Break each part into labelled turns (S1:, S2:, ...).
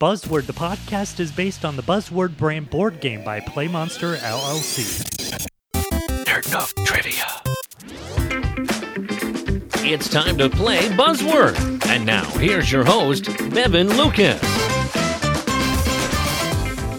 S1: Buzzword, the podcast is based on the Buzzword brand board game by Play Monster LLC.
S2: Nerd Enough Trivia. It's time to play Buzzword. And now, here's your host, Bevan Lucas.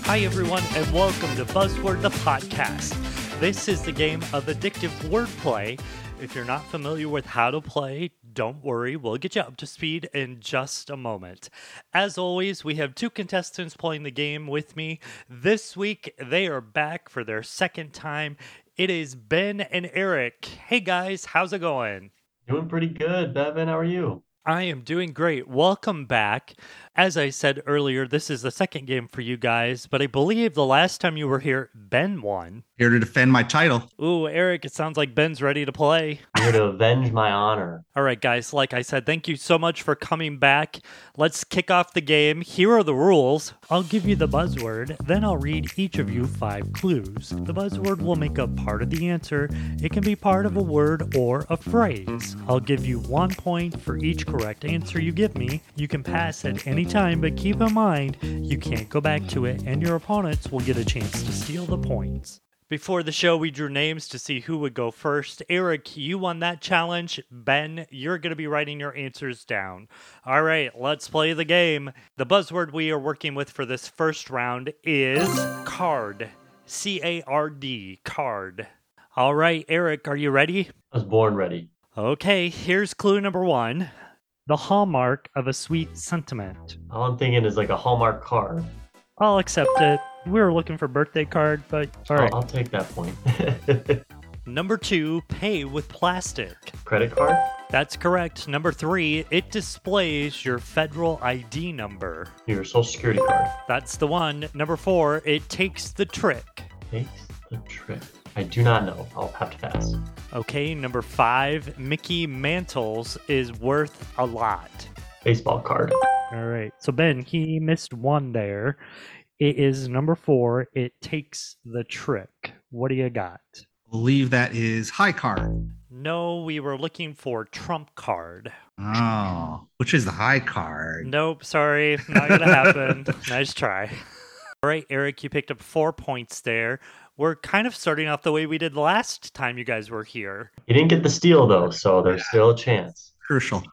S1: Hi, everyone, and welcome to Buzzword, the podcast. This is the game of addictive wordplay. If you're not familiar with how to play, don't worry, we'll get you up to speed in just a moment. As always, we have two contestants playing the game with me. This week, they are back for their second time. It is Ben and Eric. Hey guys, how's it going?
S3: Doing pretty good, Bevan. How are you?
S1: I am doing great. Welcome back. As I said earlier, this is the second game for you guys, but I believe the last time you were here, Ben won.
S4: Here to defend my title.
S1: Ooh, Eric, it sounds like Ben's ready to play.
S3: I'm here to avenge my honor.
S1: All right, guys, like I said, thank you so much for coming back. Let's kick off the game. Here are the rules. I'll give you the buzzword, then I'll read each of you five clues. The buzzword will make up part of the answer. It can be part of a word or a phrase. I'll give you one point for each correct answer you give me. You can pass at any time, but keep in mind you can't go back to it, and your opponents will get a chance to steal the points. Before the show, we drew names to see who would go first. Eric, you won that challenge. Ben, you're going to be writing your answers down. All right, let's play the game. The buzzword we are working with for this first round is card. C A R D, card. All right, Eric, are you ready?
S3: I was born ready.
S1: Okay, here's clue number one the hallmark of a sweet sentiment.
S3: All I'm thinking is like a Hallmark card.
S1: I'll accept it. We were looking for birthday card, but all
S3: I'll-
S1: right.
S3: I'll, take that point.
S1: Number two, pay with plastic.
S3: Credit card?
S1: That's correct. Number three, it displays your federal ID number.
S3: Your social security card.
S1: That's the one. Number four, it takes the trick.
S3: Takes the trip. I do not know. I'll have to pass.
S1: Okay, number five, Mickey Mantles is worth a lot.
S3: Baseball card.
S1: All right. So, Ben, he missed one there. It is number four, it takes the trick. What do you got?
S4: believe that is high card.
S1: No, we were looking for trump card.
S4: Oh, which is the high card.
S1: Nope, sorry, not gonna happen. nice try. All right, Eric, you picked up four points there. We're kind of starting off the way we did last time you guys were here.
S3: You didn't get the steal though, so there's still a chance.
S4: Crucial.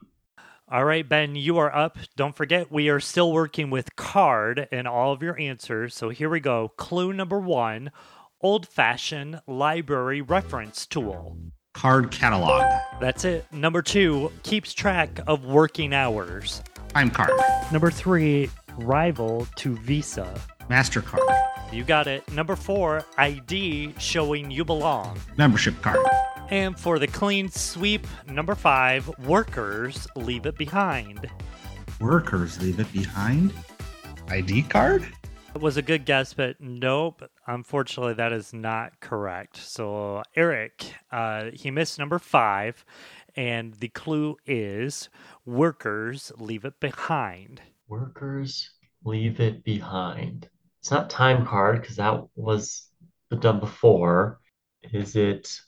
S1: All right, Ben, you are up. Don't forget, we are still working with card and all of your answers. So here we go. Clue number one old fashioned library reference tool.
S4: Card catalog.
S1: That's it. Number two keeps track of working hours.
S4: Time card.
S1: Number three, rival to Visa.
S4: MasterCard.
S1: You got it. Number four, ID showing you belong.
S4: Membership card.
S1: And for the clean sweep, number five, workers leave it behind.
S4: Workers leave it behind. ID card?
S1: It was a good guess, but nope. Unfortunately, that is not correct. So, Eric, uh, he missed number five, and the clue is workers leave it behind.
S3: Workers leave it behind. It's not time card because that was done before. Is it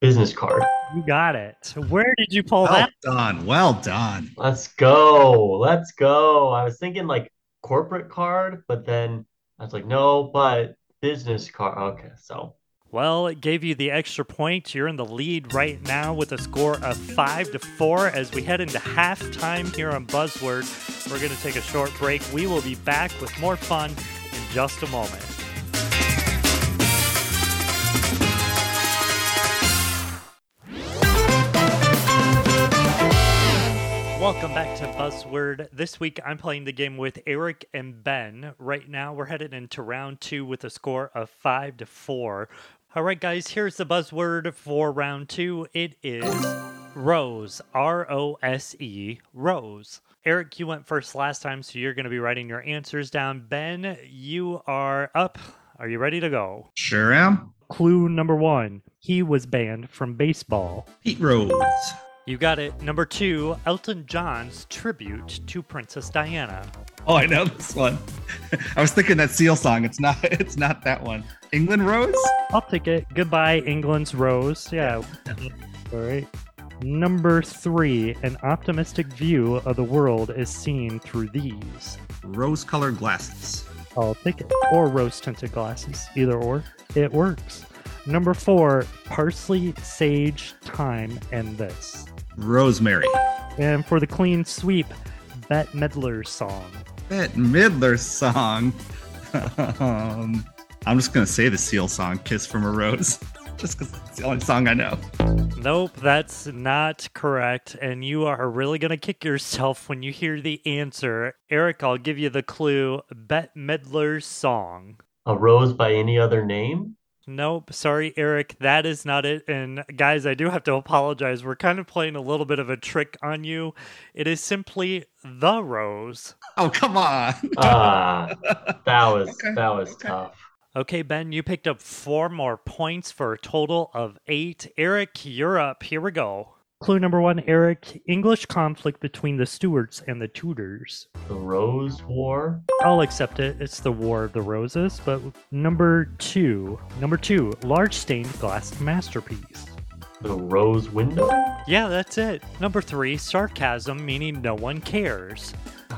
S3: business card?
S1: You got it. Where did you pull
S4: Well
S1: Oh, that?
S4: done. Well done.
S3: Let's go. Let's go. I was thinking like corporate card, but then I was like, no, but business card. Okay, so
S1: Well, it gave you the extra point. You're in the lead right now with a score of five to four as we head into halftime here on Buzzword. We're going to take a short break. We will be back with more fun in just a moment. Welcome back to Buzzword. This week I'm playing the game with Eric and Ben. Right now we're headed into round two with a score of five to four. All right, guys, here's the buzzword for round two. It is Rose, R O S E, Rose. Eric, you went first last time, so you're going to be writing your answers down. Ben, you are up. Are you ready to go?
S4: Sure am.
S1: Clue number one he was banned from baseball.
S4: Pete Rose.
S1: You got it. Number two, Elton John's tribute to Princess Diana.
S4: Oh, I know this one. I was thinking that seal song. It's not it's not that one. England Rose?
S1: I'll take it. Goodbye, England's Rose. Yeah. All right. Number three, an optimistic view of the world is seen through these.
S4: Rose colored glasses.
S1: I'll take it. Or rose tinted glasses. Either or. It works. Number four, parsley, sage, thyme, and this.
S4: Rosemary.
S1: And for the clean sweep, Bette Midler's song.
S4: That Midler song. um, I'm just going to say the Seal song, Kiss from a Rose, just because it's the only song I know.
S1: Nope, that's not correct. And you are really going to kick yourself when you hear the answer. Eric, I'll give you the clue Bette Midler's song.
S3: A rose by any other name?
S1: Nope, sorry, Eric, that is not it. And guys, I do have to apologize. We're kind of playing a little bit of a trick on you. It is simply The Rose.
S4: Oh, come on.
S3: Ah, that was
S4: Okay,
S3: that was
S4: okay.
S3: tough.
S1: Okay, Ben, you picked up four more points for a total of eight. Eric, you're up. Here we go. Clue number one, Eric English conflict between the Stuarts and the Tudors.
S3: The Rose War?
S1: I'll accept it. It's the War of the Roses. But number two, number two, large stained glass masterpiece.
S3: The Rose Window?
S1: Yeah, that's it. Number three, sarcasm, meaning no one cares.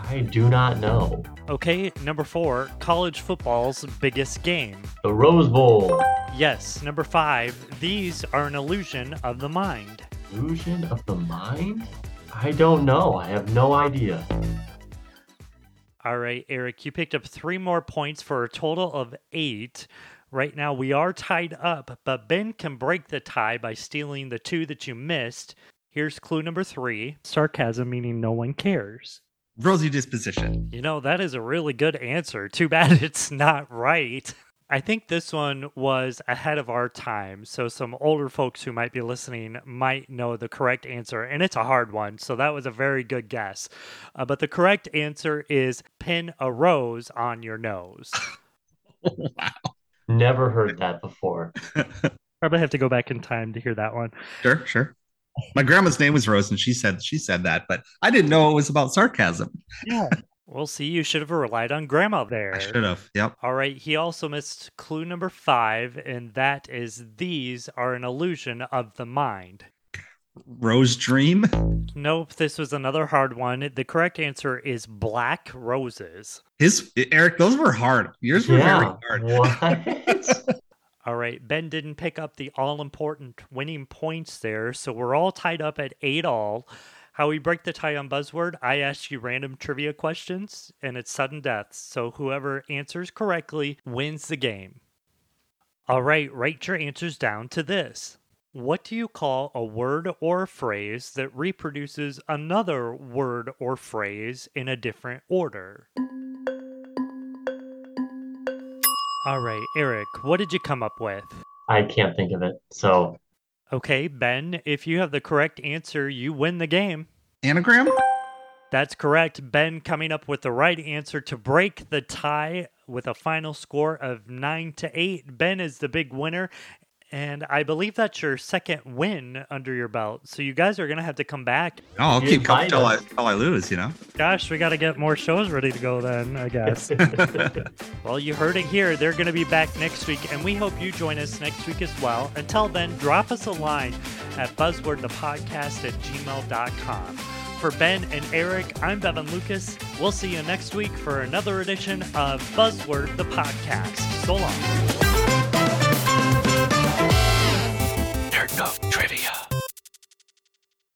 S3: I do not know.
S1: Okay, number four, college football's biggest game.
S3: The Rose Bowl.
S1: Yes, number five, these are an illusion of the mind.
S3: Illusion of the mind? I don't know. I have no idea.
S1: All right, Eric, you picked up three more points for a total of eight. Right now, we are tied up, but Ben can break the tie by stealing the two that you missed. Here's clue number three sarcasm, meaning no one cares.
S4: Rosy Disposition.
S1: You know, that is a really good answer. Too bad it's not right. I think this one was ahead of our time. So, some older folks who might be listening might know the correct answer. And it's a hard one. So, that was a very good guess. Uh, but the correct answer is pin a rose on your nose.
S3: Never heard that before.
S1: Probably have to go back in time to hear that one.
S4: Sure, sure. My grandma's name was Rose, and she said she said that, but I didn't know it was about sarcasm.
S1: Yeah. we'll see. You should have relied on grandma there.
S4: I should have. Yep.
S1: All right, he also missed clue number five, and that is these are an illusion of the mind.
S4: Rose Dream.
S1: Nope, this was another hard one. The correct answer is black roses.
S4: His Eric, those were hard. Yours were very
S3: Yeah.
S4: hard.
S3: What?
S1: All right, Ben didn't pick up the all important winning points there, so we're all tied up at eight all. How we break the tie on buzzword, I ask you random trivia questions, and it's sudden deaths. So whoever answers correctly wins the game. All right, write your answers down to this. What do you call a word or phrase that reproduces another word or phrase in a different order? All right, Eric, what did you come up with?
S3: I can't think of it. So
S1: Okay, Ben, if you have the correct answer, you win the game.
S4: Anagram? Oh,
S1: That's correct. Ben coming up with the right answer to break the tie with a final score of 9 to 8. Ben is the big winner. And I believe that's your second win under your belt. So you guys are going to have to come back.
S4: No, I'll
S3: You
S4: keep coming
S3: invite
S4: till I
S3: us.
S4: till I lose, you know?
S1: Gosh, we got to get more shows ready to go then, I guess. Well, you heard it here. They're going to be back next week, and we hope you join us next week as well. Until then, drop us a line at buzzwordthepodcast at gmail.com. For Ben and Eric, I'm Bevan Lucas. We'll see you next week for another edition of Buzzword the Podcast. So long.
S2: Nerd Trivia.